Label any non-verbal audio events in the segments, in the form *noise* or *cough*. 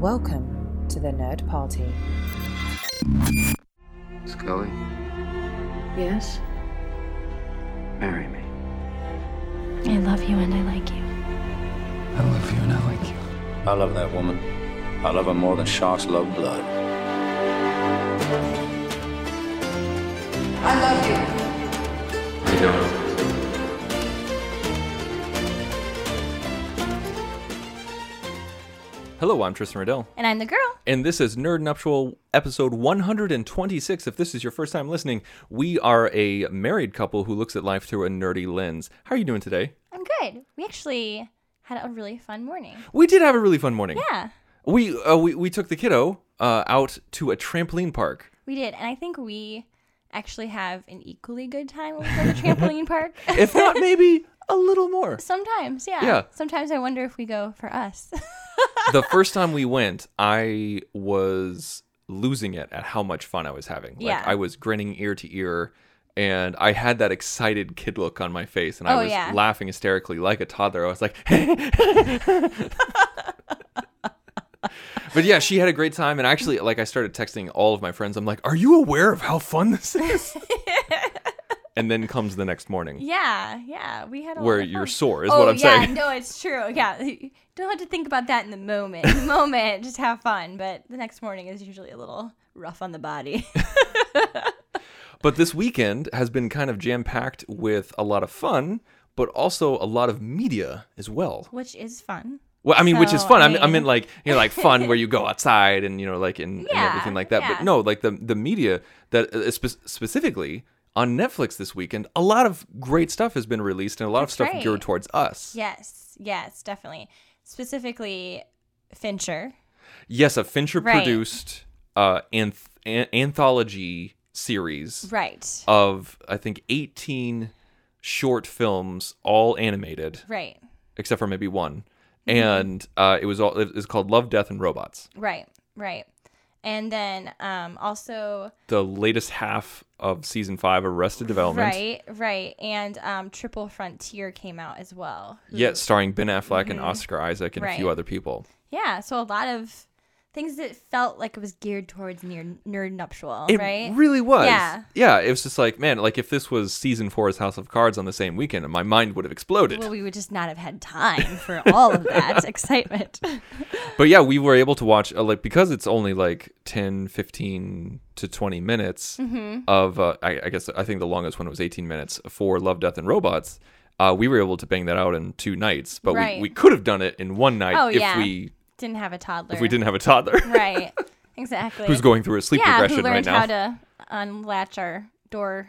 Welcome to the Nerd Party. Scully, Yes? marry me. I love you and I like you. I love you and I like you. I love that woman. I love her more than sharks love blood. I love you. Hello, I'm Tristan Riddell, And I'm the girl. and this is Nerd Nuptial episode 126. If this is your first time listening, we are a married couple who looks at life through a nerdy lens. How are you doing today? I'm good. We actually had a really fun morning. We did have a really fun morning. Yeah, We uh, we, we took the kiddo uh, out to a trampoline park. we did. And I think we actually have an equally good time when we go *laughs* to trampoline park. *laughs* If not, maybe a little more. Sometimes, yeah. Yeah. Sometimes I wonder if we go for us. *laughs* the first time we went, I was losing it at how much fun I was having. Like Yeah. I was grinning ear to ear and I had that excited kid look on my face and I Oh, was yeah. laughing hysterically like a toddler. I was like *laughs* But yeah, she had a great time and actually like I started texting all of my friends. I'm like, "Are you aware of how fun this *laughs* is?" and then comes the next morning yeah, yeah. We had a lot where of you're fun. sore is oh, what I'm yeah, saying. no, it's true. Yeah. *laughs* You Don't have to think about that in the moment. *laughs* In the moment, just have fun. But the next morning is usually a little rough on the body. *laughs* But this weekend has been kind of jam packed with a lot of fun, but also a lot of media as well. Which is fun. Well, I mean, which is So, fun. Oh, I I mean, I mean, mean- like you know, like fun where *laughs* you go outside and you know, like and, and Yeah, everything like that. But yeah. no, like the the media that uh, spe- specifically on Netflix this weekend, a lot of great stuff has been released and a lot of That's stuff right. geared towards us. Yes, yes, definitely. Specifically, Fincher. Yes, a Fincher Right. produced uh, anth- an- anthology series Right. of I think eighteen short films, all animated. Right. except for maybe one. Mm-hmm. And uh, it was all it was called Love, Death, and Robots. Right. Right. And then um, also The latest half of season five, Arrested Development. right, right, and um, Triple Frontier came out as well. who- Yes, starring Ben Affleck and Oscar Isaac and a few Mm-hmm. Right. other people. Yeah. So a lot of things that felt like it was geared towards near nerd nuptial. It right. really was. Yeah. Yeah. It was just like, man, like if this was season four's House of Cards on the same weekend, my mind would have exploded. Well, we would just not have had time for all of *laughs* that excitement. *laughs* but yeah, we were able to watch, uh, like, because it's only like 10, 15 to 20 minutes Mm-hmm. of, uh, I, I guess, I think the longest one was 18 minutes for Love, Death, and Robots. Uh, we were able to bang that out in two nights, but Right. we, we could have done it in one night Oh, if yeah. we Didn't have a toddler. if we didn't have a toddler Right. *laughs* Exactly. *laughs* who's going through a sleep yeah, regression who learned right now. how to unlatch our door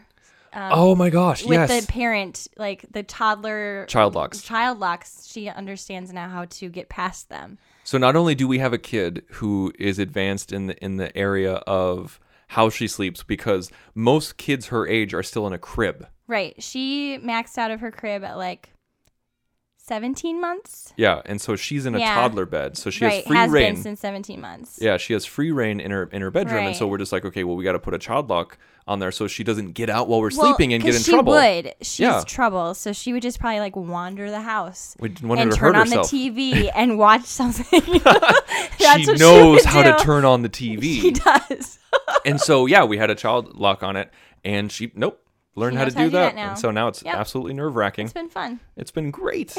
um, oh my gosh! with yes, the parent, like the toddler child locks. child locks. She understands now how to get past them. So not only do we have a kid who is advanced in the in the area of how she sleeps, because most kids her age are still in a crib. Right. She maxed out of her crib at like seventeen months. Yeah, and so she's in a Yeah. toddler bed, so she right. has free has reign. been since seventeen months. yeah, she has free reign in her in her bedroom, and so Right. we're just like, okay, well, we got to put a child lock on there so she doesn't get out while we're Well, sleeping and get 'cause in she trouble. would. She's Yeah. trouble. So she would just probably like wander the house We didn't want her and to turn hurt on herself. the *laughs* TV and watch something. *laughs* That's she what knows would how to do. turn on the *laughs* TV, She does. and so yeah, we had a child lock on it, and she nope learned She how to knows do how to do that, that now. and so now it's Yep. absolutely nerve wracking. it's been fun. it's been great.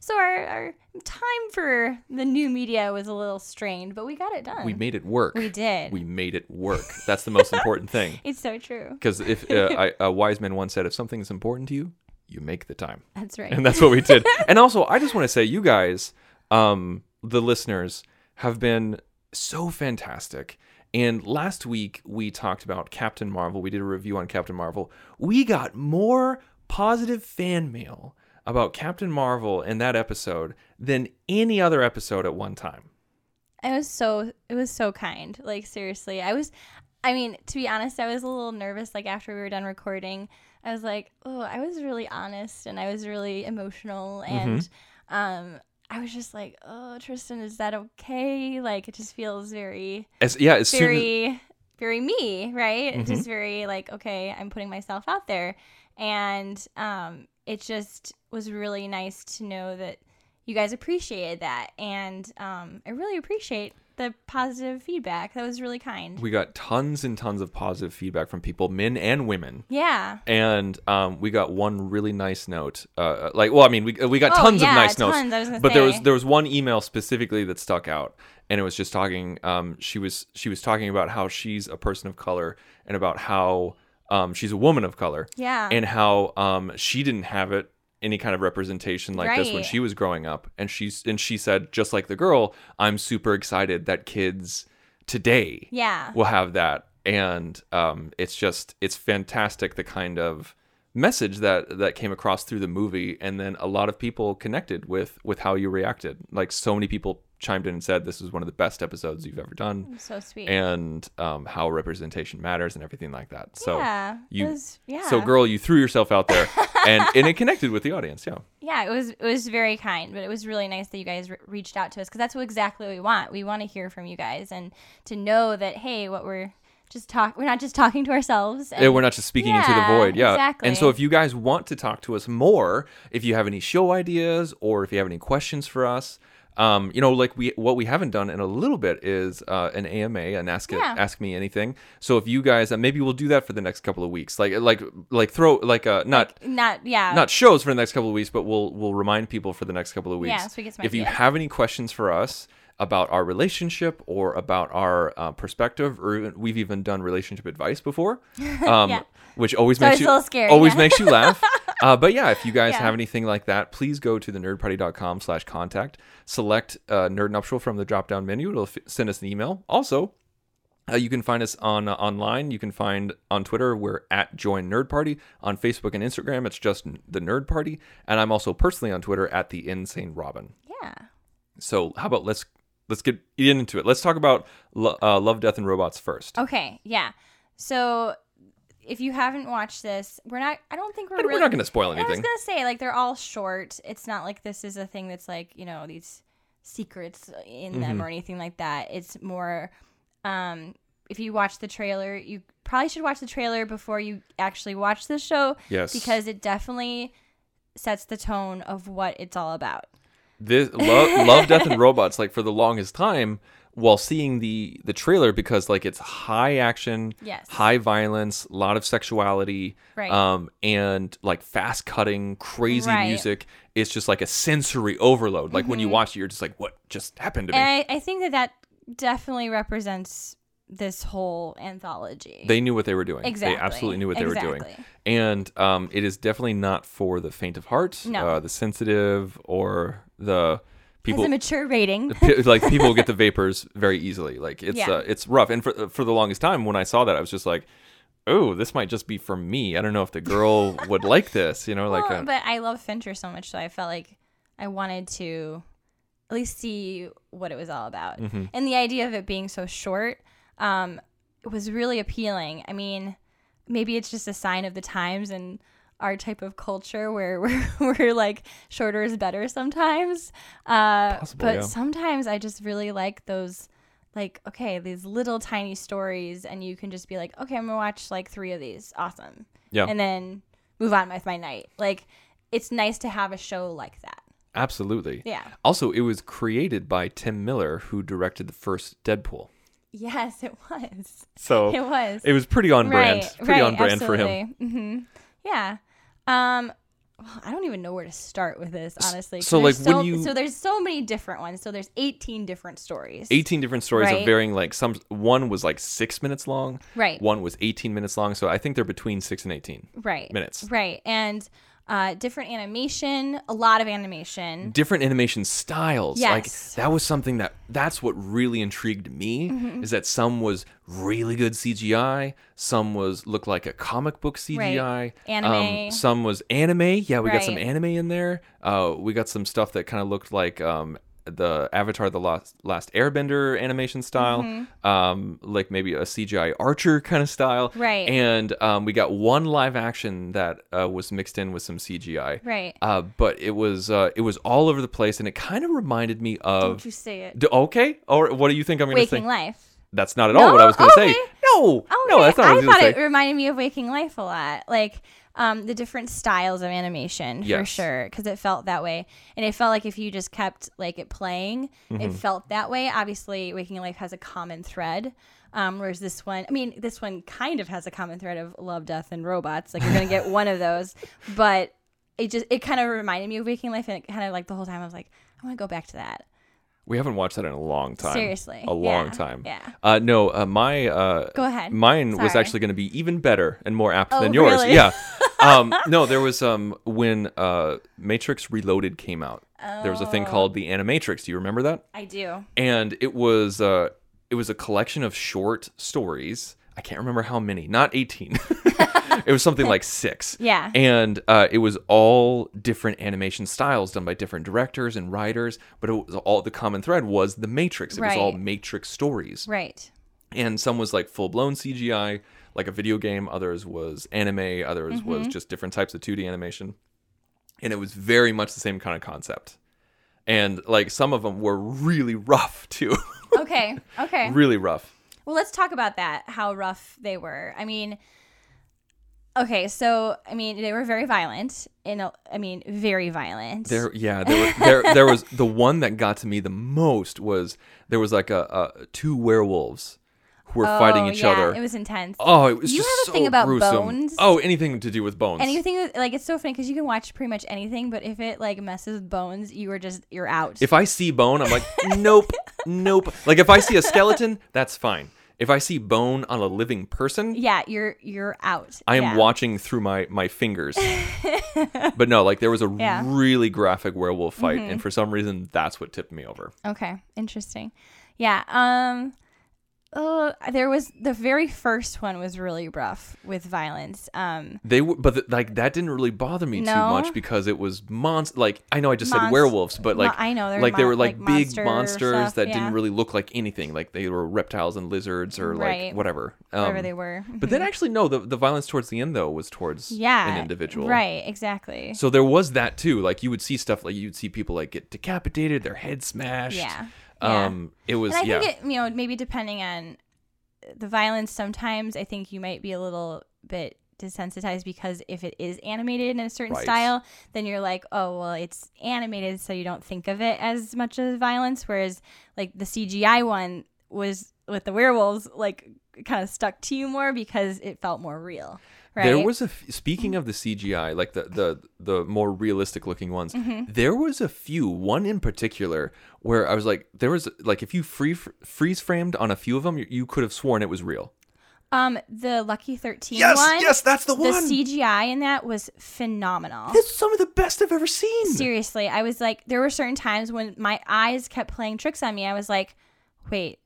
So our, our time for the new media was a little strained, but we got it done. *laughs* we made it work. We did. We made it work. That's the most *laughs* important thing. It's so true. Because if uh, I, a wise man once said, if something is important to you, you make the time, That's right. and that's what we did. and also, I just want to say, you guys, um, the listeners, have been so fantastic. And last week we talked about Captain Marvel. We did a review on Captain Marvel. We got more positive fan mail about Captain Marvel in that episode than any other episode at one time. *laughs* I was so it was so kind. Like seriously, I was. I mean, to be honest, I was a little nervous. Like after we were done recording, I was like, "Oh, I was really honest and I was really emotional." Mm-hmm. And um, I was just like, "Oh, Tristan, is that okay?" Like it just feels very, As yeah, as soon Mm-hmm. as, very, very me, right? Just very like, okay, I'm putting myself out there, and um, it just was really nice to know that you guys appreciated that, and um, I really appreciate the positive feedback. That was really kind. we got tons and tons of positive feedback from people, men and women. yeah. and um, we got one really nice note. Uh, like, well, I mean, we we got Oh, tons yeah, of nice tons, I was notes, gonna but there was say. there was one email specifically that stuck out, and it was just talking. Um, she was she was talking about how she's a person of color and about how um, she's a woman of color. Yeah. and how um, she didn't have it any kind of representation like this when Right. she was growing up, and she's and she said just like the girl, I'm super excited that kids today Yeah. we will have that and um, it's just it's fantastic the kind of message that that came across through the movie and then a lot of people connected with with how you reacted like so many people chimed in and said this is one of the best episodes you've ever done so Mm, sweet. and um, how representation matters and everything like that so Yeah, it you was- yeah. so girl you threw yourself out there and and it connected with the audience yeah yeah, it was it was very kind, but it was really nice that you guys re- reached out to us because that's what exactly what we want. We want to hear from you guys and to know that hey, what we're just talk we're not just talking to ourselves. And Yeah, Eh, we're not just speaking into the Yeah, void. Yeah. exactly. And so if you guys want to talk to us more, if you have any show ideas or if you have any questions for us, um, you know, like we what we haven't done in a little bit is uh, an AMA, an ask It- Yeah. ask me anything. So if you guys, uh, maybe we'll do that for the next couple of weeks, like like like throw like uh, not not yeah not shows for the next couple of weeks, but we'll we'll remind people for the next couple of weeks. Yeah, so we get some if you ideas. have any questions for us about our relationship or about our uh, perspective, or even, we've even done relationship advice *laughs* before, um, which always always makes a you little scary, always yeah. makes *laughs* you laugh. Uh, but yeah, if you guys Yeah. have anything like that, please go to the nerdparty.com slash contact, select uh, Nerd Nuptial from the drop down menu. It'll f- send us an email. Also, uh, you can find us on uh, online. You can find on Twitter we're at Join Nerd Party. On Facebook and Instagram it's just N- the Nerd Party, and I'm also personally on Twitter at the Insane Robin. yeah. So how about let's let's get into it. Let's talk about lo- uh, Love, Death, and Robots first. Okay, yeah. So if you haven't watched this, we're not. I don't think we're. And really, we're not going to spoil I was anything. gonna say like they're all short. It's not like this is a thing that's like you know these secrets in them or anything like that. It's more. Um, if you watch the trailer, you probably should watch the trailer before you actually watch the show. Yes. because it definitely sets the tone of what it's all about. This Lo- Love, Death, and Robots like for the longest time while seeing the the trailer because like it's high action, Yes. high violence, a lot of sexuality, Right. um, and like fast cutting, crazy Right. Mm-hmm. music. It's just like a sensory overload. Like when you watch it, you're just like, what just happened to me? And I, I think that that definitely represents this whole anthology. they knew what they were doing. Exactly. They absolutely knew what they were doing. Exactly. And um, it is definitely not for the faint of heart, No. uh, the sensitive, or the has people. a mature rating. P- like *laughs* people get the vapors very easily. Like it's Yeah. uh, it's rough. And for for the longest time, when I saw that, I was just like, "Oh, this might just be for me. I don't know if the girl would like this." You *laughs* know, like Well, uh, but I love Fincher so much, so I felt like I wanted to at least see what it was all about. Mm-hmm. And the idea of it being so short um, was really appealing. I mean, maybe it's just a sign of the times and our type of culture where *laughs* we're, we're like shorter is better sometimes. Uh, Possible, but yeah. sometimes I just really like those. Like okay, these little tiny stories, and you can just be like, okay, I'm gonna watch like three of these. Awesome yeah, and then move on with my night. Like it's nice to have a show like that. absolutely. Yeah. Also, it was created by Tim Miller, who directed the first Deadpool. Yes, it was. So *laughs* It was. It was pretty on brand. Right, Pretty right, on brand for him. absolutely. Mhm. Yeah. Um well, I don't even know where to start with this, honestly. 'cause so, there's like, when so, you- so there's so many different ones. So there's 18 different stories. 18 different stories of Right. varying like some one was like 6 minutes long Right. one was 18 minutes long so i think they're between 6 and 18 right minutes. right and uh, different animation, a lot of animation. different animation styles. Mm-hmm. Yes. Like that was something that that's what really intrigued me Mm-hmm. is that some was really good CGI, some was looked like a comic book CGI, Anime. um, some was anime. Yeah, we got some Right. anime in there. Uh, we got some stuff that kind of looked like um, the Avatar: The Last, Last Airbender animation style, Mm-hmm. um, like maybe a CGI archer kind of style. Right. And um, we got one live action that uh, was mixed in with some CGI. Right. Uh, but it was uh, it was all over the place, and it kind of reminded me Don't of. you say it? D- okay, or what do you think I'm going to say? Waking Life. That's not at all what I No? was going to say. Okay. No, Oh, no, that's not what I I was going thought to say. it reminded me of Waking Life a lot. Like um, the different styles of animation for Yes. sure, because it felt that way, and it felt like if you just kept like it playing, Mm-hmm. it felt that way. Obviously, Waking Life has a common thread. Um, whereas this one, I mean, this one kind of has a common thread of love, death, and robots. Like you're gonna get one of those, *laughs* but it just it kind of reminded me of Waking Life, and it kind of like the whole time I was like, I want to go back to that. We haven't watched that in a long time. Seriously. a long Yeah. time. Yeah. Uh, no, uh, my. Uh, Go ahead. Mine was Sorry. actually going to be even better and more apt Oh, than yours. really? *laughs* Yeah. Um, no, there was um when uh, Matrix Reloaded came out. There was a thing Oh. called the Animatrix. Do you remember that? I do. and it was uh it was a collection of short stories i can't remember how many not 18 *laughs* it was something like six Yeah. and uh, it was all different animation styles done by different directors and writers but it was all the common thread was the matrix it was all Right. matrix stories Right. and some was like full-blown cgi like a video game others was anime others Mm-hmm. was just different types of 2d animation and it was very much the same kind of concept and like some of them were really rough too *laughs* Okay. Okay. really rough. Well, let's talk about that. How rough they were. I mean, okay, so I mean they were very violent. In a, I mean, very violent. There, yeah, there, were, there, there was the one that got to me the most was there was like a, a two werewolves who were fighting Oh, each yeah, other. It was intense. oh, it was You just have a so thing about gruesome. bones? Oh, anything to do with bones. Anything with- like it's so funny because you can watch pretty much anything, but if it like messes with bones, you are just you're out. If I see *laughs* bone, I'm like, nope, nope. Like if I see a skeleton, that's fine. If I see bone on a living person, yeah, you're you're out. I am Yeah. watching through my *laughs* my fingers. but no, like there was a Yeah. Mm-hmm. really graphic werewolf fight, and for some reason, that's what tipped me over. Okay, interesting. Yeah. Um. Oh, there was the very first one was really rough with violence. Um. They were, but th- like that didn't really bother me too No. much because it was monst. Like I know I just said Monst- werewolves, but Mo- like I know, they're like they mon- were like, like big monster monsters stuff, that yeah. didn't really look like anything. Like they were reptiles and lizards or Right. like whatever, um, Whatever they were. Mm-hmm. *laughs* But then actually, no, the the violence towards the end though was towards yeah an individual, right exactly So there was that too. Like you would see stuff like you'd see people like get decapitated, their head smashed. Yeah. Yeah. Um, it was and i yeah. think it you know maybe depending on the violence sometimes i think you might be a little bit desensitized because if it is animated in a certain Right. style then you're like oh well it's animated so you don't think of it as much as violence whereas like the cgi one was with the werewolves like kind of stuck to you more because it felt more real right There was a f- speaking of the CGI, like the the the more realistic looking ones. Mm-hmm. There was a few, one in particular, where I was like, there was like if you free freeze framed on a few of them, you, you could have sworn it was real. um the lucky 13 Yes, one yes, that's the one. the cgi in that was phenomenal That's some of the best I've ever seen. Seriously, I was like, there were certain times when my eyes kept playing tricks on me. I was like, wait,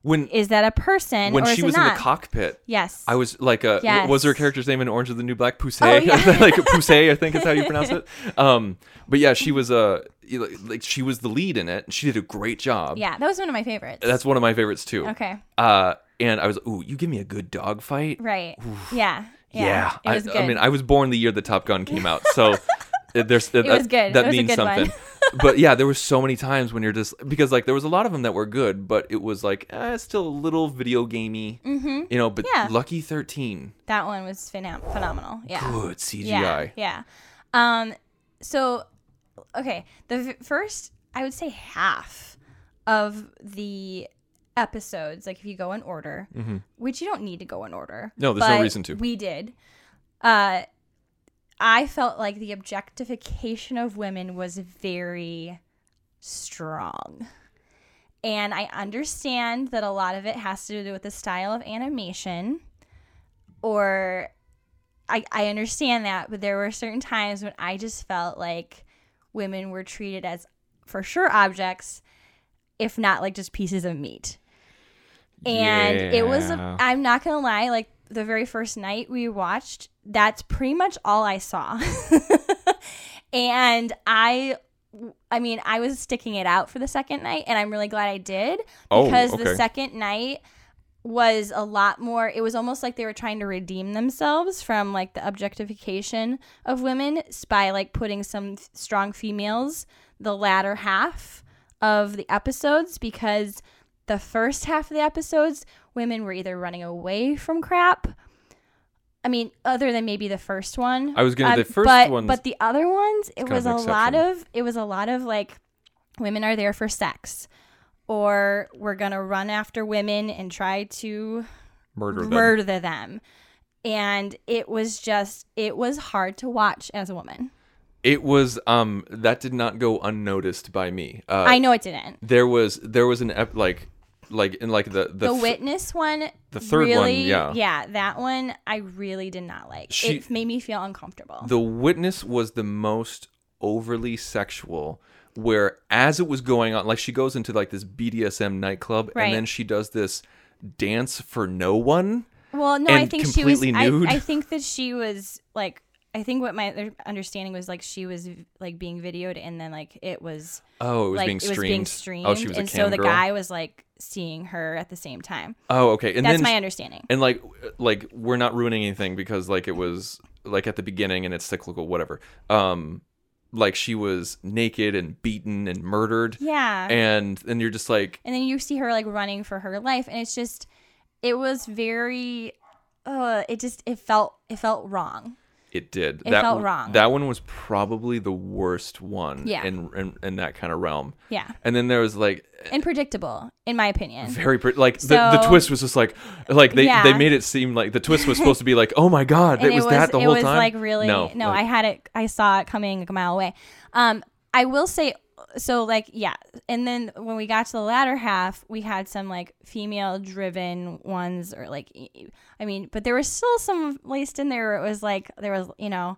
When is that a person when or she is was it in not? the cockpit, Yes, I was like, uh, w- was her Yes. character's name in Orange is the New Black? Pousse, Oh, yeah. *laughs* like Pousse, I think is how *laughs* you pronounce it. Um, but yeah, she was uh, like she was the lead in it. and She did a great job. Yeah, that was one of my favorites. That's one of my favorites too. Okay. Uh, and I was, ooh, you give me a good dog fight. right. Yeah, Yeah. yeah, It was I, good. I mean, I was born the year the Top Gun came out, *laughs* so it- there's that, was good. It that was a means good one. something. but yeah, there were so many times when you're just because like there was a lot of them that were good, but it was like eh, it's still a little video gamey, mm-hmm. you know. But Yeah. Lucky Thirteen, that one was phenom- phenomenal. Yeah. good CGI. Yeah. yeah. Um. So, okay, the v- first I would say half of the episodes, like if you go in order, which you don't need to go in order. Mm-hmm. No, there's no but reason to. We did. Uh, I felt like the objectification of women was very strong. And I understand that a lot of it has to do with the style of animation or I, I understand that, but there were certain times when I just felt like women were treated as for sure objects, if not like just pieces of meat. And it was, Yeah. I'm not going to lie, like the very first night we watched, that's pretty much all I saw. *laughs* and I, I mean, I was sticking it out for the second night, and I'm really glad I did Oh, because the okay. second night was a lot more it was almost like they were trying to redeem themselves from like the objectification of women s- by like putting some f- strong females the latter half of the episodes because the first half of the episodes women were either running away from crap i mean other than maybe the first one Um, I was gonna- the first but, one's- but the other ones it kind of was a an lot exception. of it was a lot of like women are there for sex or we're going to run after women and try to Murder them. murder them. And it was just, it was hard to watch as a woman. It was um that did not go unnoticed by me. Uh, I know it didn't. there was there was an ep- like like in like the the, The, th- witness one, the third one, really, yeah. that one I really did not like. She- it made me feel uncomfortable. the witness was the most overly sexual where as it was going on like she goes into like this BDSM nightclub Right. and then she does this dance for no one. Well, no, I and think she was. completely I, nude. I think that she was like. I think what my other understanding was like she was like being videoed and then like it was Oh, it was like being it was streamed. being streamed Oh, she was and a so cam the girl. guy was like seeing her at the same time. Oh, okay. And That's then my she- understanding. and like like we're not ruining anything because like it was like at the beginning and it's cyclical whatever um like she was naked and beaten and murdered Yeah. and and you're just like and then you see her like running for her life and it's just it was very uh it just it felt it felt wrong it did It felt wrong. that one was probably the worst one Yeah. in, in in that kind of realm Yeah. and then there was like and predictable in my opinion very pretty like the, the So- twist was just like like they Yeah. they made it seem like the twist was supposed to be like oh my god and it was, that the it whole was time like really no, like- i had it i saw it coming like a mile away um i will say so like yeah and then when we got to the latter half we had some like female driven ones or like e- e- i mean but there was still some laced in there where it was like there was you know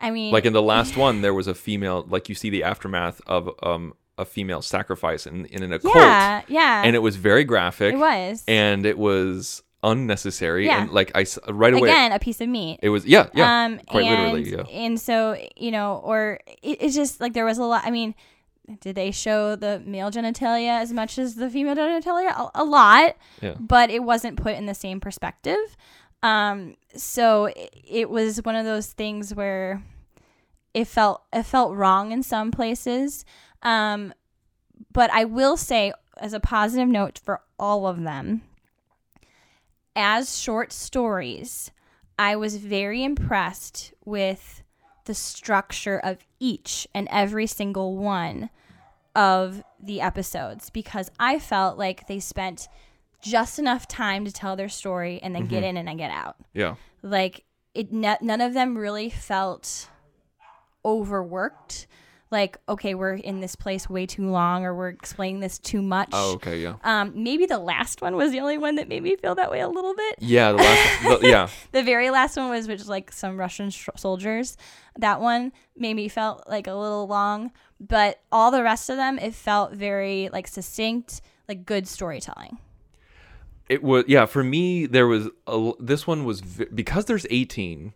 i mean like in the last one there was a female like you see the aftermath of um a female sacrifice in in an occult yeah yeah and it was very graphic It was. and it was unnecessary Yeah. and like i s- right away again a piece of meat it was yeah yeah um quite and, literally yeah and so you know or it, it's just like there was a lot i mean did they show the male genitalia as much as the female genitalia a, a lot Yeah. but it wasn't put in the same perspective um so it, it was one of those things where it felt it felt wrong in some places um but i will say as a positive note for all of them as short stories I was very impressed with the structure of each and every single one of the episodes because I felt like they spent just enough time to tell their story and then get Mm-hmm. in and then get out. yeah Like it ne- none of them really felt overworked. Like okay, we're in this place way too long or we're explaining this too much. oh okay yeah Um maybe the last one was the only one that made me feel that way a little bit yeah the last the, yeah the very last one was which like some Russian sh- soldiers. That one made me felt like a little long, but all the rest of them it felt very like succinct, like good storytelling. it was yeah for me there was a, l- this one was v- because there's 18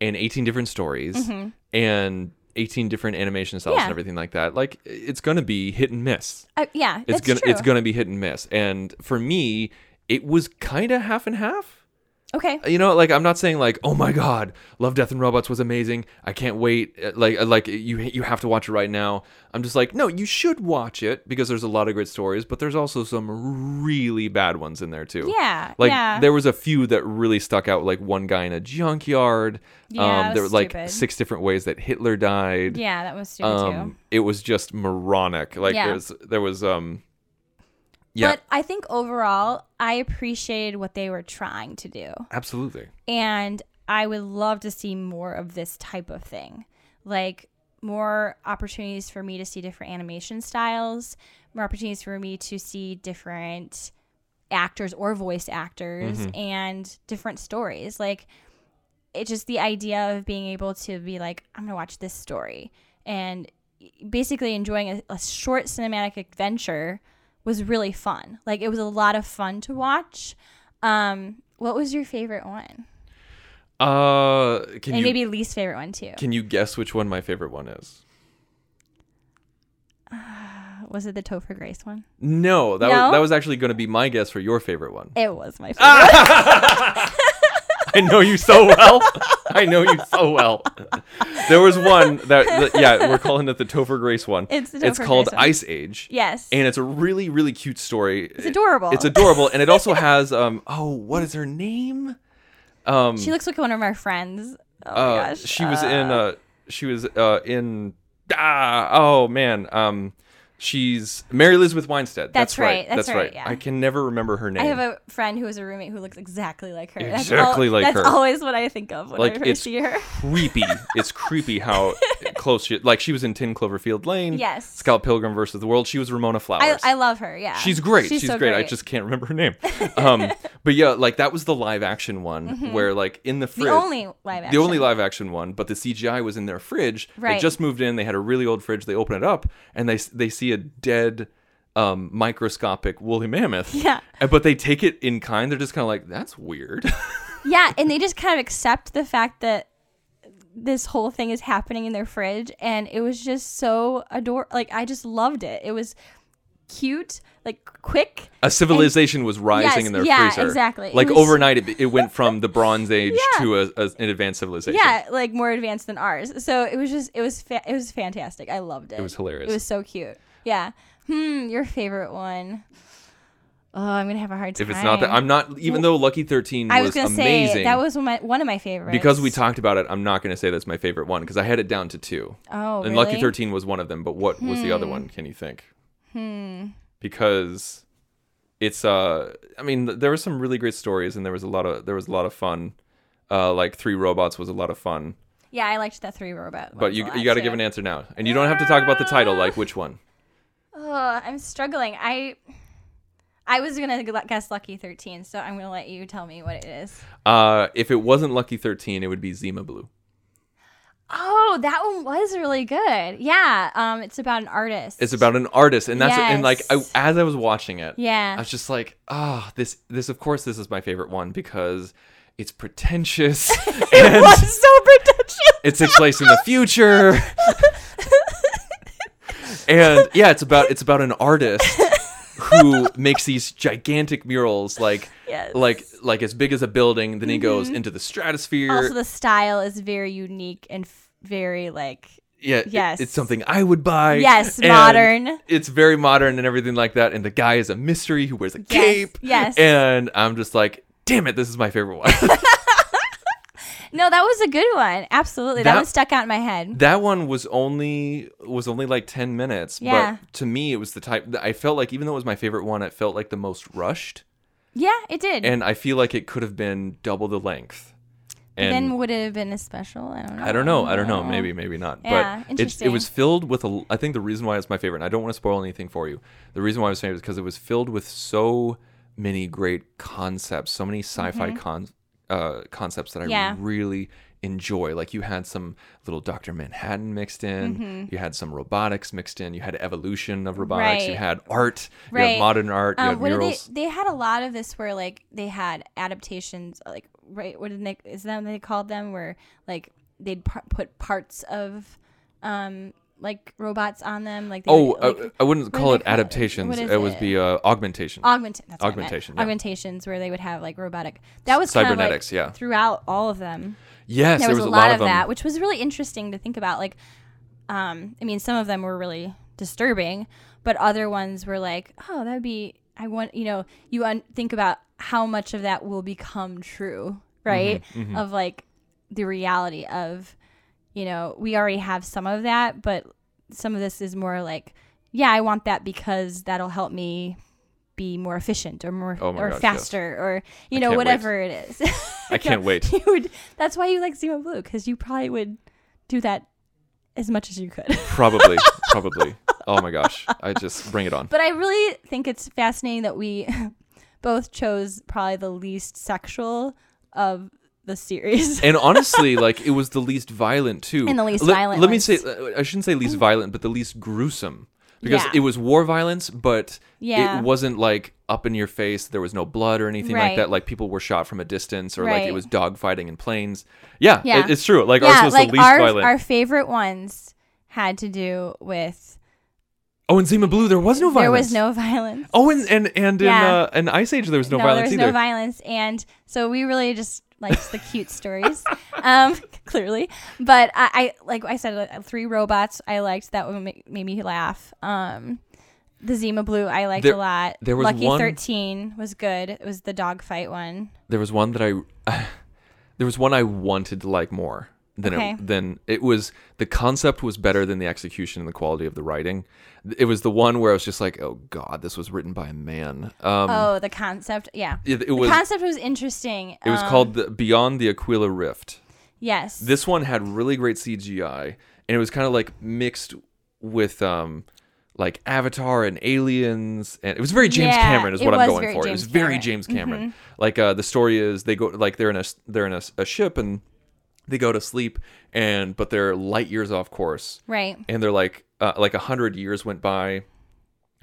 and 18 different stories and 18 different animation styles Mm-hmm. Yeah. and everything like that like it's gonna be hit and miss Uh, yeah, it's that's gonna true. it's gonna be hit and miss and for me it was kind of half and half okay. you know like i'm not saying like oh my god love death and robots was amazing i can't wait Uh, like uh, like you you have to watch it right now i'm just like no you should watch it because there's a lot of great stories but there's also some really bad ones in there too Yeah, like yeah. there was a few that really stuck out like one guy in a junkyard um, Yeah, it there was were like stupid. six different ways that hitler died Yeah, that was stupid um too. it was just moronic like Yeah. there's there was um yeah But I think overall, I appreciated what they were trying to do. absolutely And I would love to see more of this type of thing. Like more opportunities for me to see different animation styles, more opportunities for me to see different actors or voice actors and different stories. Like it just the idea of being able to be like, I'm gonna watch this story and basically enjoying a, a short cinematic adventure was really fun. Like it was a lot of fun to watch. Um, what was your favorite one? Uh, can and you maybe least favorite one too. can you guess which one my favorite one is? was it the Topher Grace *laughs* one? No, that No? was that was actually going to be my guess for your favorite one. It was my favorite. I know you so well. *laughs* I know you so well. There was one that, that- yeah, we're calling it the Topher Grace one. It's the Topher called Grace one. Ice Age. yes. And it's a really, really cute story. It's adorable. It's adorable, and *laughs* it also has um oh, what is her name? *laughs* she looks like one of our friends. Oh my Um, Uh, gosh. she was Ah. in uh she was uh in ah oh man um she's Mary Elizabeth Weinstead. That's That's, right, that's right, yeah. I can never remember her name. I have a friend who is a roommate who looks exactly like her. That's Exactly all- like her. That's always what I think of when like I first it's see *laughs* her. creepy. it's creepy how close she like she was in Tin Cloverfield Lane. Yes. Scott Pilgrim versus the World. She was Ramona I, Flowers. I love her. Yeah. She's great. She's, so great. I just can't remember *laughs* her name. Um, but yeah, like that was the live action one where like in the Mm-hmm. the fridge. only live action. the only live action one, but the CGI was in their fridge. Right. They just moved in. They had a really old fridge. They open it up and they s- they see a dead, um, microscopic woolly *laughs* mammoth. Yeah. And- But they take it in kind. They're just kind of like, that's weird. Yeah, and *laughs* they just kind of accept the fact that this whole thing is happening in their fridge, and it was just so ador. Like I just loved it. It was cute, like quick. a civilization was rising Yes, in their yeah, freezer. exactly. It Like was- overnight, it, it *laughs* went from the Bronze Age Yeah. to a, a- an advanced civilization. Yeah, like more advanced than ours. So it was just it was fa- it was fantastic. I loved it. It was hilarious. It was so cute. Yeah. Hmm. Your favorite one. Oh, I'm gonna have a hard time. If it's not that, I'm not. Even though Lucky Thirteen I was, was, gonna amazing, say that was one of my, one of my favorites because we talked about it. I'm not gonna say that's my favorite one because I had it down to two. Oh, and Lucky really? Thirteen was one of them. But what was the other one? Can you think? Hmm. Because it's uh, I mean, th- there were some really great stories, and there was a lot of there was a lot of fun. Uh, like Three Robots was a lot of fun. Yeah, I liked that three robot. But you you got to give an answer now, and you don't have to talk about the title, like which one. Oh, I'm struggling. I I was gonna gu- guess Lucky Thirteen, so I'm gonna let you tell me what it is. Uh, if it wasn't Lucky Thirteen, it would be Zima Blue. Oh, that one was really good. Yeah, um, it's about an artist. It's about an artist, and that's and like I, Yes. as I was watching it, Yeah. I was just like, ah, this this of course this is my favorite one because *laughs* it's pretentious *laughs* it and was so pretentious. it takes place in the future. and yeah, it's about it's about an artist *laughs* who makes these gigantic murals like Yes. Mm-hmm. like like as big as a building, then he goes into the stratosphere. Also, the style is very unique and f- very like yeah, it- Yes. it's something I would buy. Yes, and modern. It's very modern and everything like that. And the guy is a mystery who wears a cape. yes. And I'm just like, damn it, this is my favorite one. *laughs* no, that was a good one. Absolutely, that, That- one stuck out in my head. that one was only was only like ten minutes. Yeah. But to me, it was the type I felt like even though it was my favorite one, it felt like the most rushed, yeah, it did. and I feel like it could have been double the length. And then would it have been a special? I don't know. I don't know. I don't know. Maybe, maybe not. Yeah, but it, it interesting. was filled with, a, I think the reason why it's my favorite, and I don't want to spoil anything for you. The reason why I was saying it is because it was filled with so many great concepts, so many sci fi con, uh, concepts that I Mm-hmm. Yeah. really enjoy. Like you had some little Dr. Manhattan mixed in, Mm-hmm. you had some robotics mixed in, you had evolution of robotics, you Right. had art, you Right. had modern art, you Um, had what did they? murals. They had a lot of this where like they had adaptations, like right. What did they? Is that what they called them? Where like they'd par- put parts of, um, like robots on them. Like they Oh, would, like, I, I wouldn't what do call they it call it? adaptations. What is It, would it? be uh, augmentation. augmentation. That's what I meant. Augmentation, yeah. Augmentations where they would have like robotic. That was kind Cybernetics, Of, like, yeah. Throughout all of them, yes, there was, a lot, lot, of them. that, which was really interesting to think about. Like, um, I mean, some of them were really disturbing, but other ones were like, oh, that'd be. I want you know you un- think about how much of that will become true, Mm-hmm, right? Of like the reality of, you know, we already have some of that, but some of this is more like, yeah, I want that because that'll help me be more efficient or more Oh my or gosh, yes. faster or you know can't wait. whatever it is. *laughs* I can't wait. you would that's why you like Zima Blue because you probably would do that as much as you could. *laughs* Probably, probably. Oh my gosh! I just bring it on. but I really think it's *laughs* fascinating that we both chose probably the least sexual of the series. *laughs* and honestly, like it was the least violent too. And the least let, violent Let me ones. say, uh, I shouldn't say least violent, but the least gruesome because Yeah. it was war violence, but Yeah. it wasn't like up in your face. There was no blood or anything like Right. that. Like people were shot from a distance, or like Right. it was dogfighting in planes. Yeah, Yeah. It, it's true. Like ours was the least our, violent. our favorite ones had to do with oh, in Zima Blue, there was no violence. there was no violence. Oh, and and and Yeah. in uh, in Ice Age, there was no, no, violence there's no either. violence, and so we really just liked the cute stories, *laughs* um, clearly. But I, I like I said, uh, three robots. I liked that one ma- made me laugh. Um, the Zima Blue, I liked There- a lot. there was Lucky one- Thirteen was good. It was the dog fight one. there was one that I *sighs* there was one I wanted to like more than Okay. it than it was the concept was better than the execution and the quality of the writing. It was the one where I was just like, oh god, this was written by a man. Um, oh, the concept, yeah. it, it the was concept was interesting. it was um, called the, Beyond the Aquila Rift. yes. This one had really great CGI, and it was kind of like mixed with um like Avatar and Aliens, and it was very James Yeah, Cameron is it what I'm was going very for. it James was very Cameron. Mm-hmm. James Cameron. Like uh, the story is they go like they're in a s- they're in a, s- a ship and they go to sleep and but they're light years off course right. and they're like uh, like a hundred years went by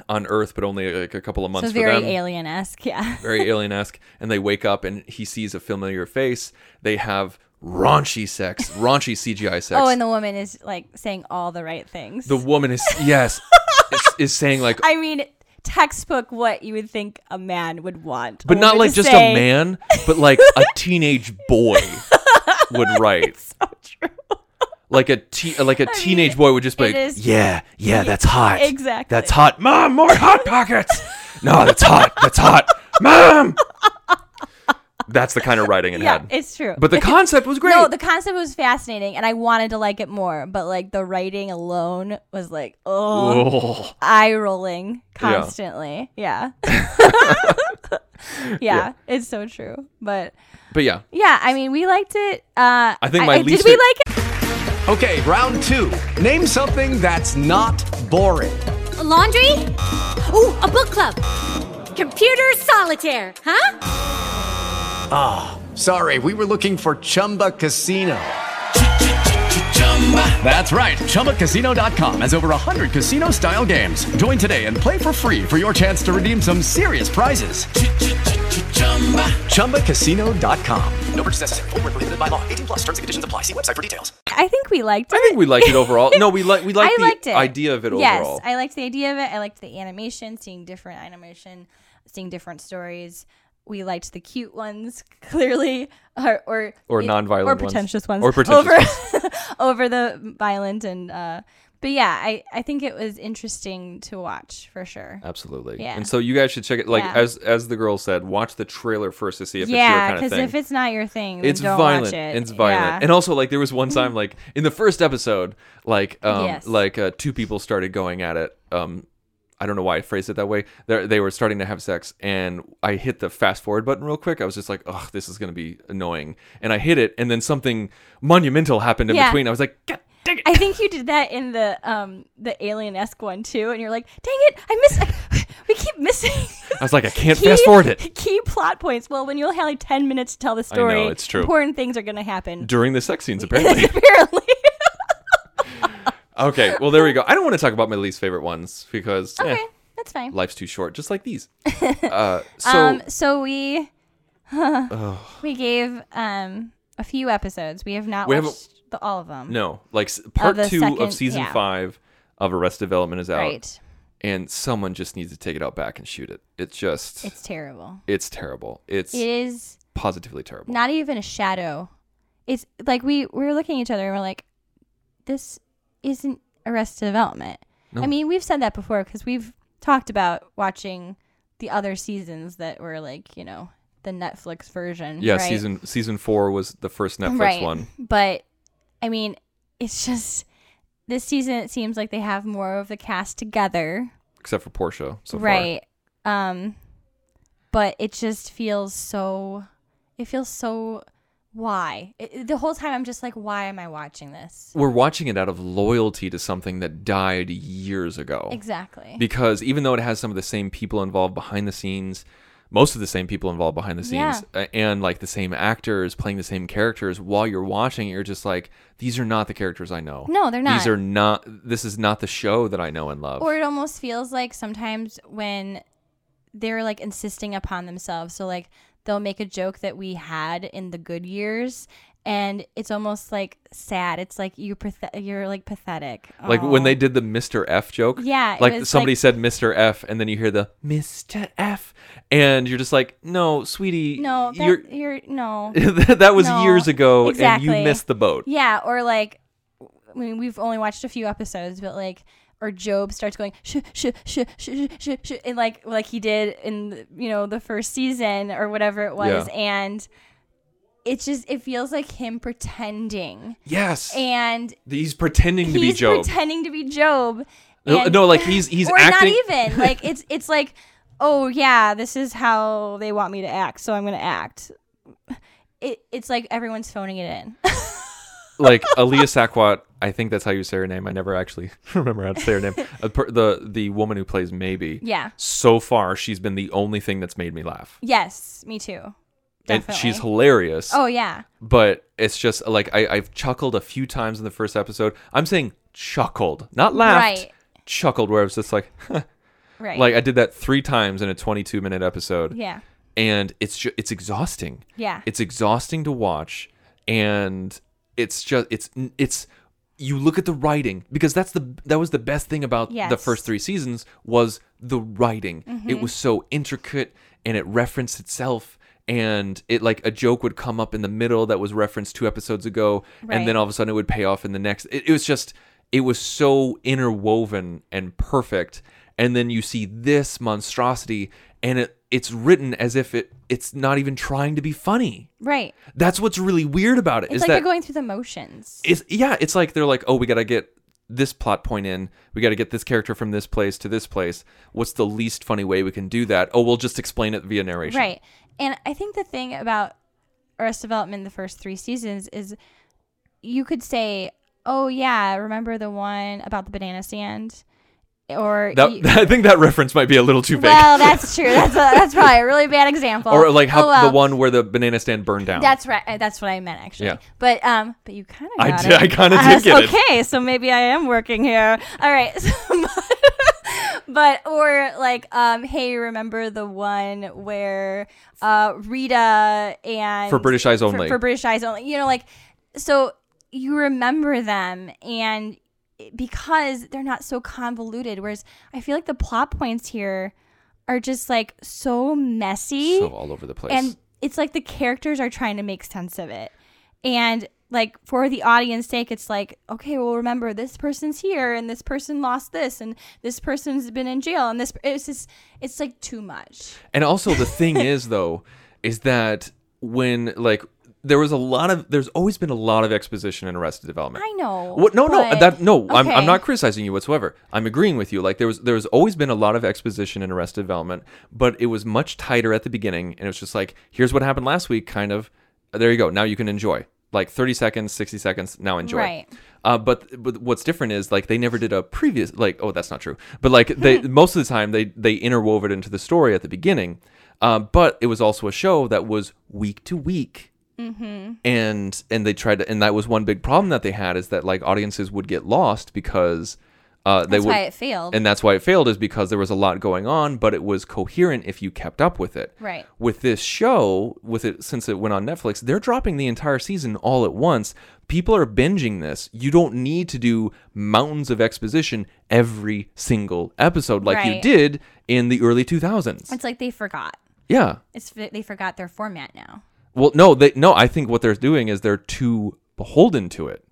on Earth but only like a couple of months So for very them alien esque, yeah. very alien esque. And they wake up and he sees a familiar face. They have raunchy sex, raunchy CGI sex. Oh, and the woman is like saying all the right things. the woman is *laughs* yes, is, is saying like, I mean, textbook what you would think a man would want, a but not woman like to just say. *laughs* a man, but like a teenage boy *laughs* would write. So "Oh, true. Like a te- uh, like a teenage boy would just be it like, is- yeah, yeah, that's hot. exactly. That's hot, mom. More hot pockets. no, that's hot. That's hot, mom. That's the kind of writing it Yeah, had. it's true. *laughs* but the concept was great. no, the concept was fascinating, and I wanted to like it more. But like the writing alone was like, oh, Oh. eye rolling constantly. *laughs* Yeah. *laughs* Yeah. it's so true. But But yeah, yeah, I mean, we liked it. Uh, I think my least did we fa- like it? Okay, round two. Name something that's not boring. laundry? Ooh, a book club. Computer solitaire, huh? Ah, Sorry, we were looking for Chumba Casino. That's right. ChumbaCasino.com has over 100 casino style games. Join today and play for free for your chance to redeem some serious prizes. ChumbaCasino.com. No purchase necessary. Void where prohibited by law. 18 plus terms and conditions apply. See website for details. I think we liked it. I think we liked it overall. No, *laughs* we like we liked I the liked it. idea of it overall. Yes, I liked the idea of it. I liked the animation, seeing different animation, seeing different stories. We liked the cute ones, *laughs* clearly, or or, e, Or nonviolent or ones. pretentious ones, Or pretentious over *laughs* over the violent and. uh But yeah, I I think it was interesting to watch for sure. Uh, Absolutely. Yeah. And so you guys should check it. Like Yeah. as as the girl said, watch the trailer first to see if yeah, it's your kind of thing. if it's not your thing, then it's don't violent. Watch it. It's violent. Yeah. And also like there was one *laughs* time like in the first episode, like um Yes. like uh, two people started going at it. Um I don't know why I phrased it that way. They're, they were starting to have sex, and I hit the fast forward button real quick. I was just like, "Oh, this is gonna be annoying," and I hit it, and then something monumental happened in Yeah. between. I was like, "God dang it!" I think you did that in the um the alien esque one too, and you're like, dang it, I miss. *laughs* we keep missing. I was like, "I can't fast forward it." *laughs* Key plot points. Well, when you only have like ten minutes to tell the I know, story, it's true. Important things are gonna *laughs* happen. during the sex scenes apparently Apparently, *laughs* okay well there we go i don't want to talk about my least favorite ones because eh, okay, that's fine. life's too short just *laughs* like these uh, so um, so we *laughs* we gave um a few episodes. We have not We haven't- watched the, all of them. no like s- part the two second- of season yeah. five of arrest development is out right? and someone just needs to take it out back and shoot it it's just It's it's, terrible. terrible it's It is positively terrible not even a shadow. It's like we we were looking at each other and we're like, this isn't Arrested Development. I mean, we've said that before because we've talked about watching the other seasons that were like you know the Netflix version. yeah Mm, right? season season four was the first netflix right. one But I mean, it's just this season. It seems like they have more of the cast together, except for portia so far. right? Um, but it just feels so. It feels so. Why? It- it- the whole time I'm just like, why am I watching this? we're watching it out of loyalty to something that died years ago Exactly. because even though it has some of the same people involved behind the scenes most of the same people involved behind the scenes uh, and like the same actors playing the same characters while you're watching it, you're just like these are not the characters i know No, they're these not. are not this is not the show that i know and love Or it almost feels like sometimes when they're like insisting upon themselves. So like they'll make a joke that we had in the good years and it's almost like sad. It's like you pathet- you're like pathetic. like Aw. when they did the Mr. F joke. Yeah, it Like was somebody like- said Mr. F and then you hear the Mr. F and you're just like, "No, sweetie, No, that, *laughs* you're *laughs* you're, no. that was No. years ago and Exactly. you missed the boat." Yeah, or like, I mean, we've only watched a few episodes, but like, or Job starts going sh sh sh sh sh sh, and like like he did in you know the first season or whatever it was, Yeah. and it just it feels like him pretending. Yes. And He's pretending to be he's Job. pretending to be Job. No- no, like, he's- *laughs* he's or acting- not *laughs* even like it's it's like oh yeah, this is how they want me to act, so I'm gonna act. It, it's like everyone's phoning it in. *laughs* like Aaliyah Saquat, I think that's how you say her name. I never actually *laughs* remember how to say her name. Uh, per- the the woman who plays Maybe. Yeah. So far, she's been the only thing that's made me laugh. Yes, me too. Definitely. And she's hilarious. Oh yeah. but it's just like I, I've chuckled a few times in the first episode. I'm saying chuckled, not laughed. Right. Chuckled, where I was just like, *laughs* Right. like I did that three times in a 22 minute episode. Yeah. and it's just it's exhausting. Yeah. it's exhausting to watch, and it's just it's it's you look at the writing because that's the that was the best thing about the Yes. first three seasons was the writing. It Mhm. was so intricate and it referenced itself and it like a joke would come up in the middle that was referenced two episodes ago and then Right. all of a sudden it would pay off in the next it, it was just it was so interwoven and perfect and then you see this monstrosity and it it's written as if it it's not even trying to be funny Right. that's what's really weird about it It's is like that they're going through the motions. it's yeah it's like they're like oh we gotta get this plot point in we gotta get this character from this place to this place what's the least funny way we can do that oh we'll just explain it via narration Right. And I think the thing about Arrested Development, the first three seasons, is you could say, "Oh yeah, remember the one about the banana stand," or that, you- *laughs* i think that reference might be a little too vague well, that's true. That's a, that's probably a really bad example. or like how Oh, well. the one where the banana stand burned down That's right. uh, That's what I meant actually. Yeah. But um, but you kind of. I got did- It. I kinda did was- get it. Okay, so maybe I am working here. All right. *laughs* So, but or like um, hey, remember the one where uh Rita and For British Eyes for- Only. for British Eyes Only. You know, like so you remember them and it- because they're not so convoluted. Whereas I feel like the plot points here are just like so messy so all over the place and it's like the characters are trying to make sense of it and like for the audience sake it's like okay well remember this person's here and this person lost this and this person's been in jail and this it's just it's like too much And also *laughs* the thing is though, is that when like there was a lot of there's always been a lot of exposition in Arrested Development. I know, What no no but- that no I'm, I'm Okay. not criticizing you whatsoever. I'm agreeing with you. Like there was there's always been a lot of exposition in Arrested Development, but it was much tighter at the beginning and it was just like here's what happened last week kind of there you go. Now you can enjoy. Like 30 seconds, 60 seconds, now enjoy. Right. Uh, but but what's different is like they never did a previous like oh that's not true. But like *laughs* they most of the time they they interwove it into the story at the beginning. Uh, but it was also a show that was week to week. mm-hmm And and they tried to and that was one big problem that they had is that like audiences would get lost because uh, they That's would why it failed. and that's why it failed is because there was a lot going on, but it was coherent if you kept up with it right with this show with it since it went on Netflix, they're dropping the entire season all at once. People are binging this. You don't need to do mountains of exposition every single episode like you Right. did in the early 2000s. it's like they forgot yeah. it's they forgot their format now Well, no, they no, I think what they're doing is they're too beholden to it.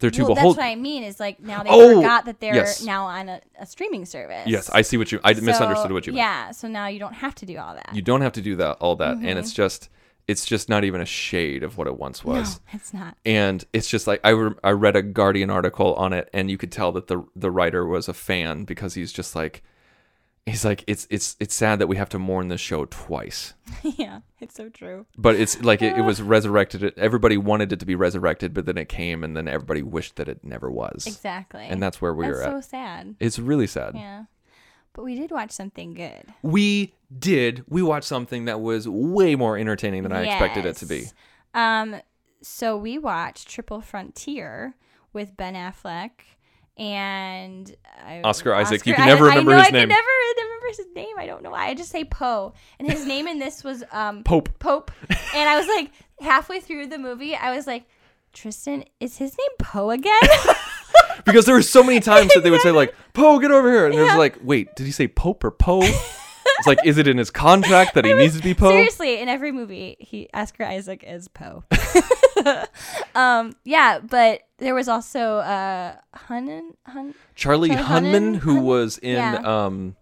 They're too well that's beholden. what i mean is like now they Oh, forgot that they're yes. now on a, a streaming service Yes, I see what you I So, misunderstood what you meant. yeah so now you don't have to do all that You don't have to do that all that and Mhm. it's just it's just not even a shade of what it once no was. *laughs* it's not and it's just like I, re- I read a guardian article on it and you could tell that the the writer was a fan because he's just like he's like it's it's it's sad that we have to mourn this show twice yeah it's so true but it's like it, it *sighs* was resurrected It- everybody wanted it to be resurrected but then it came and then everybody wished that it never was Exactly. and that's where we That's were so at sad. it's really sad Yeah. But we did watch something good. We did. We watched something that was way more entertaining than I expected it to be. Yes. Um, so we watched Triple Frontier with Ben Affleck and I- Oscar Isaac. You can never remember I know his I name. Can never remember his name. I don't know why. I just say Poe, and his name in this was um, Pope. *laughs* Pope, and I was like halfway through the movie, I was like, Tristan, is his name Poe again? *laughs* Because there were so many times that they would say like, "Poe, get over here," and it was Yeah. like, "Wait, did he say Pope or Poe?" it's like, is it in his contract *laughs* that he needs to be Poe? Seriously, in every movie, he Oscar Isaac is Poe. *laughs* um, yeah, but there was also uh, Hunan. Hun- Charlie Charlie Hunman, Hunnam? who was in Yeah. um,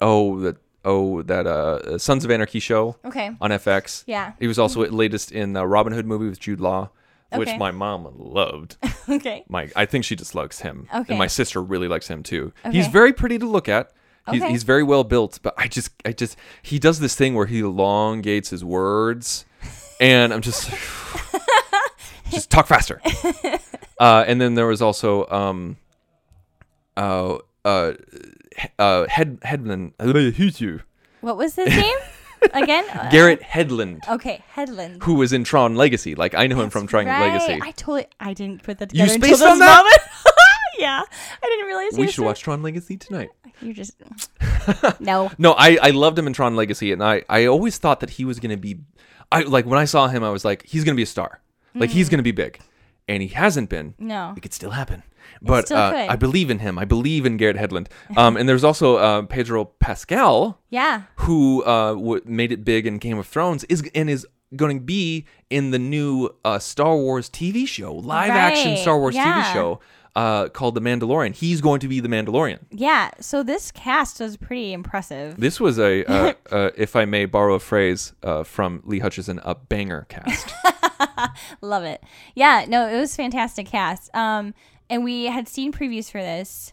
oh that oh that uh Sons of Anarchy show. Okay. On FX. Yeah. He was also at latest in the Robin Hood movie with Jude Law, which Okay. my mom loved. *laughs* okay. my I think she just likes him. Okay. And my sister really likes him too. He's Okay. very pretty to look at. He's, Okay. he's very well built, but I just I just he does this thing where he elongates his words and I'm just *sighs* just *laughs* talk faster. Uh, and then there was also um uh uh he- uh head headland What was his *laughs* name again? Uh, Garrett Headland Okay, Headland. who was in Tron Legacy. Like I know him from Tron Right, Legacy. I totally I didn't put that You together until spaced this on that? moment. *laughs* yeah, I didn't realize he we was should so- watch Tron Legacy tonight. You just *laughs* no. No, I, I loved him in Tron Legacy, and I, I always thought that he was gonna be, I like when I saw him, I was like, he's gonna be a star, like Mm. he's gonna be big, and he hasn't been. No. it could still happen, but Mm. still uh, could. I believe in him. I believe in Garrett Hedlund. Um, and there's also uh, Pedro Pascal, Yeah. who uh w- made it big in Game of Thrones is and is going to be in the new uh, Star Wars TV show, live action Right, Star Wars TV yeah. show. Uh, called The Mandalorian. He's going to be the Mandalorian. Yeah. So this cast was pretty impressive. This was a, *laughs* uh, uh, if I may borrow a phrase uh, from Lee Hutchison, a banger cast. Love it. Yeah, no, it was fantastic cast. Um and we had seen previews for this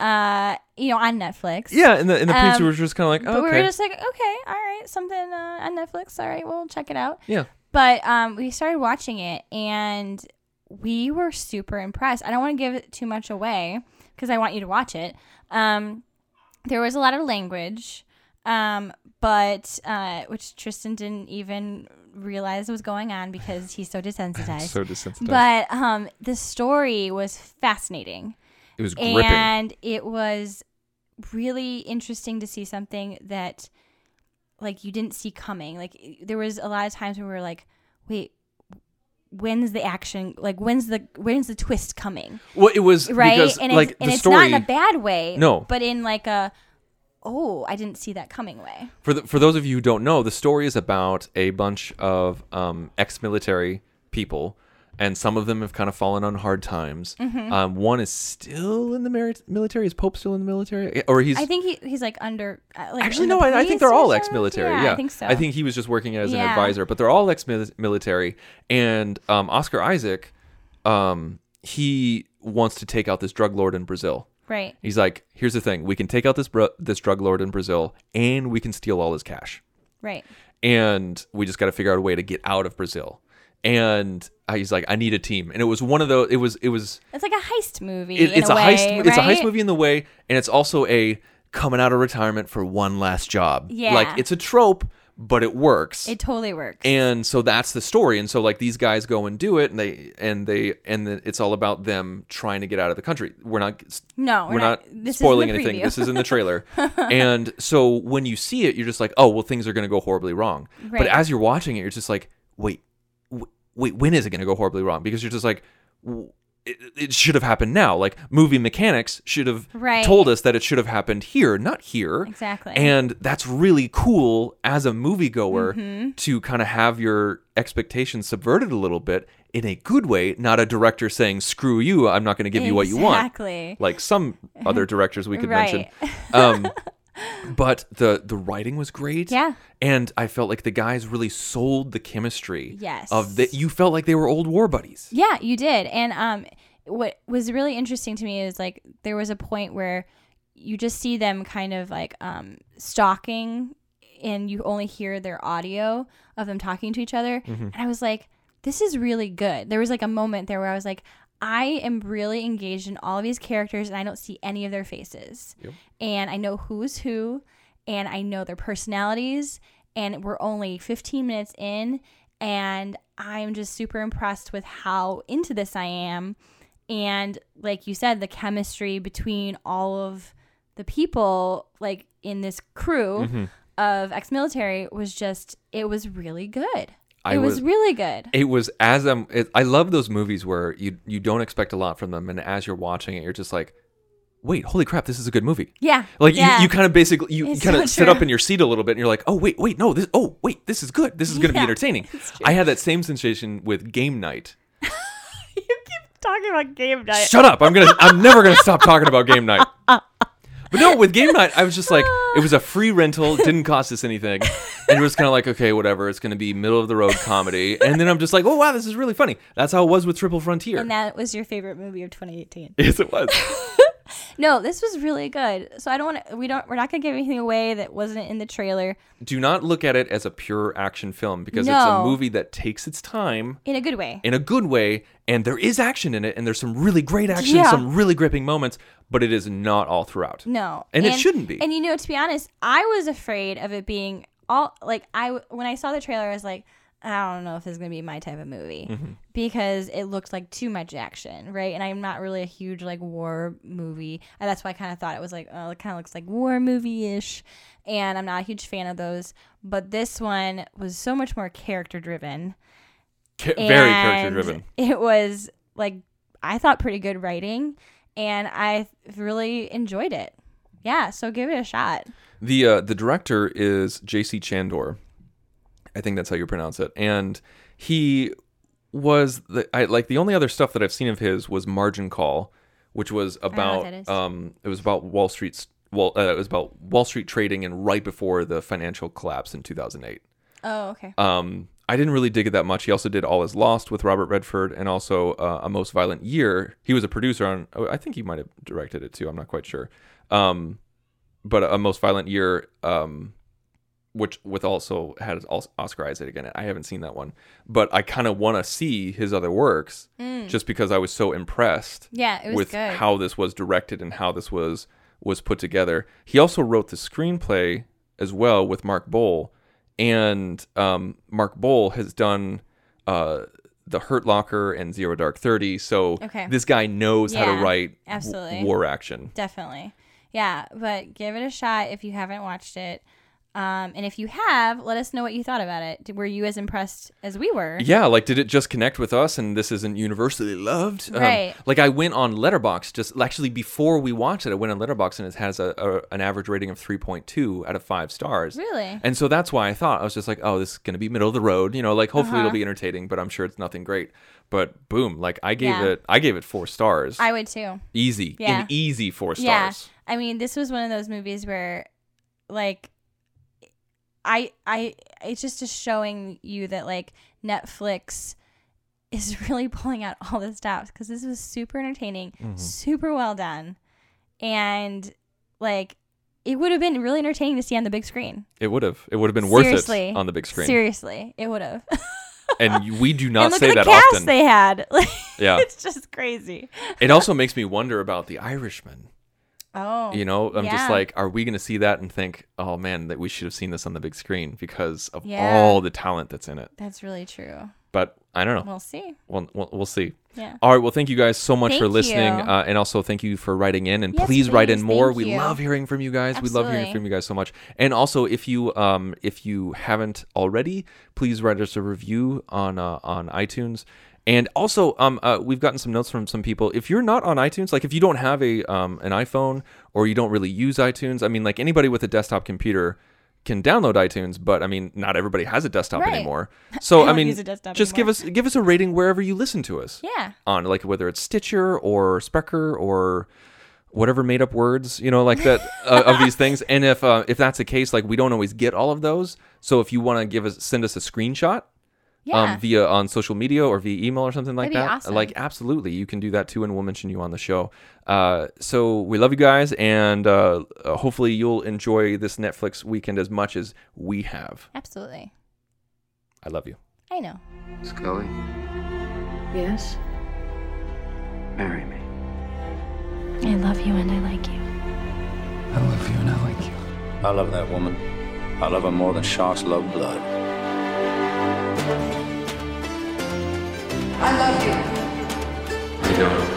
uh you know on Netflix. *laughs* yeah, and the, and the Um, preview was just kind of like, But okay. we were just like, okay, all right, something uh, on Netflix. All right, we'll check it out. yeah. But um, we started watching it and we were super impressed. I don't want to give it too much away because I want you to watch it. Um, there was a lot of language, um, but uh, which Tristan didn't even realize was going on because he's so desensitized. *laughs* So desensitized. But um, the story was fascinating it was gripping. and it was really interesting to see something that like you didn't see coming like i- there was a lot of times where we were like wait when's the action like when's the when's the twist coming well, it was right because, and like, it's, the and it's not story, in a bad way No. but in like a oh i didn't see that coming way for the, for those of you who don't know, the story is about a bunch of um, ex-military people, and some of them have kind of fallen on hard times. Mm-hmm. Um, one is still in the merit- military. Is Pope still in the military, or he's? i think he, he's like under uh, like Actually, in the no. I, I police think they're or all something? ex-military. yeah, Yeah, i think so I think he was just working as an Yeah. advisor, but they're all ex-military. And um, Oscar Isaac, um, he wants to take out this drug lord in Brazil. right He's like, "Here's the thing: we can take out this bro- this drug lord in Brazil, and we can steal all his cash." right and we just got to figure out a way to get out of Brazil. And I- he's like, I need a team, and it was one of those. It was it was it's like a heist movie it- in it's a, a, way, heist. mo- It's a heist right? movie in the way, and it's also a coming out of retirement for one last job. Yeah. like it's a trope, but it works. it totally works and so that's the story. And so like these guys go and do it, and they and they and then it's all about them trying to get out of the country. We're not No, we're not, this is in spoiling the anything. preview. This is in the trailer. *laughs* and so when you see it, you're just like, oh, well, things are going to go horribly wrong. But Right. as you're watching it, you're just like, wait, w- wait, when is it going to go horribly wrong? Because you're just like, w- it, it should have happened now. Like movie mechanics should have Right. told us that it should have happened here, not here. Exactly. And that's really cool as a moviegoer Mm-hmm. to kind of have your expectations subverted a little bit in a good way, not a director saying, screw you, I'm not going to give you what you want Exactly. like some *laughs* other directors we could Right. *laughs* mention. Um, but the the writing was great. Yeah. and I felt like the guys really sold the chemistry. Yes. of that you felt like they were old war buddies. Yeah, you did. And um, what was really interesting to me is like there was a point where you just see them kind of like um stalking, and you only hear their audio of them talking to each other. And I was like, this is really good. There was like a moment there where I was like, I am really engaged in all of these characters and I don't see any of their faces. Yep. And I know who's who and I know their personalities. And we're only 15 minutes in. And I'm just super impressed with how into this I am. And like you said, the chemistry between all of the people, like in this crew Mhm. of ex military, was just, it was really good. I it was, was- really *laughs* good. It was as I'm. It, I love those movies where you you don't expect a lot from them, and as you're watching it, you're just like, "Wait, holy crap, this is a good movie." Yeah. Like Yeah. you, you kind of basically you, you It's kind of so sit true. up in your seat a little bit, and you're like, "Oh wait, wait, no, this. Oh wait, this is good. This is going to Yeah, be entertaining." I had that same sensation with Game Night. *laughs* Talking about game night. Shut up! I'm gonna. I'm never gonna stop talking about Game Night. But no, with Game Night, I was just like, it was a free rental, didn't cost us anything, and it was kind of like, okay, whatever. It's gonna be middle of the road comedy, and then I'm just like, oh wow, this is really funny. That's how it was with Triple Frontier. And that was your favorite movie of 2018. yes, it was. No, this was really good. So I don't want to. We don't. We're not going to give anything away that wasn't in the trailer Do not look at it as a pure action film because it's a No. movie that takes its time in a good way. in a good way, and there is action in it, and there's some really great action, Yeah. some really gripping moments, but it is not all throughout. No, And it shouldn't be. And you know, to be honest, I was afraid of it being all like I when I saw the trailer, I was like, I don't know if this is going to be my type of movie Mm-hmm. because it looked like too much action, right? And I'm not really a huge like war movie, and that's why I kind of thought it was like, oh, it kind of looks like war movie ish, and I'm not a huge fan of those. But this one was so much more character driven. Ca- very And character driven. It was like I thought pretty good writing, and I really enjoyed it. Yeah, so give it a shot. The uh, the director is J.C. Chandor. I think that's how you pronounce it. And he was the I like the only other stuff that I've seen of his was Margin Call, which was know what that about is. um it was about Wall Street's Wall uh, it was about Wall Street trading and right before the financial collapse in 2008. Oh, okay. Um, I didn't really dig it that much. He also did All Is Lost with Robert Redford and also uh, A Most Violent Year. He was a producer on, oh, I think he might have directed it too. I'm not quite sure. Um, but A Most Violent Year, um, which with also had Os- Oscar Isaac in it. I haven't seen that one, but I kind of want to see his other works Mm. just because I was so impressed. Yeah, it was with good. how this was directed and how this was was put together. He also wrote the screenplay as well with Mark Bowl, and um, Mark Bowl has done uh, the Hurt Locker and Zero Dark Thirty. So Okay. this guy knows how to Yeah, write w- absolutely. war action. Definitely. Yeah, but give it a shot if you haven't watched it. Um, and if you have, let us know what you thought about it. Did- Were you as impressed as we were? Yeah, like did it just connect with us and this isn't universally loved? Um, Right. like I went on Letterbox just actually before we watched it, I went on Letterbox and it has a, a an average rating of 3.2 out of 5 stars. Really? And so that's why I thought I was just like, oh, this is going to be middle of the road, you know, like hopefully Uh-huh. it'll be entertaining, but I'm sure it's nothing great. But boom, like I gave Yeah. it I gave it 4 stars. I would too. easy. Yeah. An easy 4 stars. Yeah. I mean, this was one of those movies where like I I it's just just showing you that like Netflix is *laughs* really pulling out all the stops cuz this was super entertaining, Mhm. super well done. And like it would have been really entertaining to see on the big screen. It would have it would have been worth it on the big screen. Seriously, it would have. *laughs* *laughs* And we do and not look say at the that cast often. they had. *laughs* Like, Yeah. it's just crazy. It also makes me wonder about The Irishman. Oh, You know, I'm just yeah. like, are we going to see that and think, oh man, that we should have seen this on the big screen because of Yeah. all the talent that's in it? that's really true. But I don't know. We'll see. We'll, we'll, we'll see. Yeah. All right. Well, thank you guys so much for Thank listening. you. Uh, and also, thank you for writing in. And Yes, please write in please. more. Thank we you. love hearing from you guys. We love hearing Absolutely. from you guys so much. And also, if you um, if you haven't already, please write us a review on uh, on iTunes. And also, um, uh, we've gotten some notes from some people. If you're not on iTunes, like if you don't have a um, an iPhone or you don't really use iTunes, I mean, like anybody with a desktop computer can download iTunes, but I mean, not everybody has a desktop Right. *laughs* anymore. I So I, don't mean, use a desktop just give anymore. us give us a rating wherever you listen to us Yeah. on like whether it's Stitcher or Sprecher or whatever made up words you know like that uh, of these things and if uh, if that's the case like we don't always get all of those so if you want to give us send us a screenshot Yeah. um, via on social media or via email or something like That'd be that awesome. like absolutely you can do that too and we'll mention you on the show uh, so we love you guys and uh, uh, hopefully you'll enjoy this netflix weekend as much as we have Absolutely. i love you I know. Scully. Yes? Marry me. I love you and I like you. I love you and I like you. I love that woman. I love her more than sharks love blood. I love you. You don't.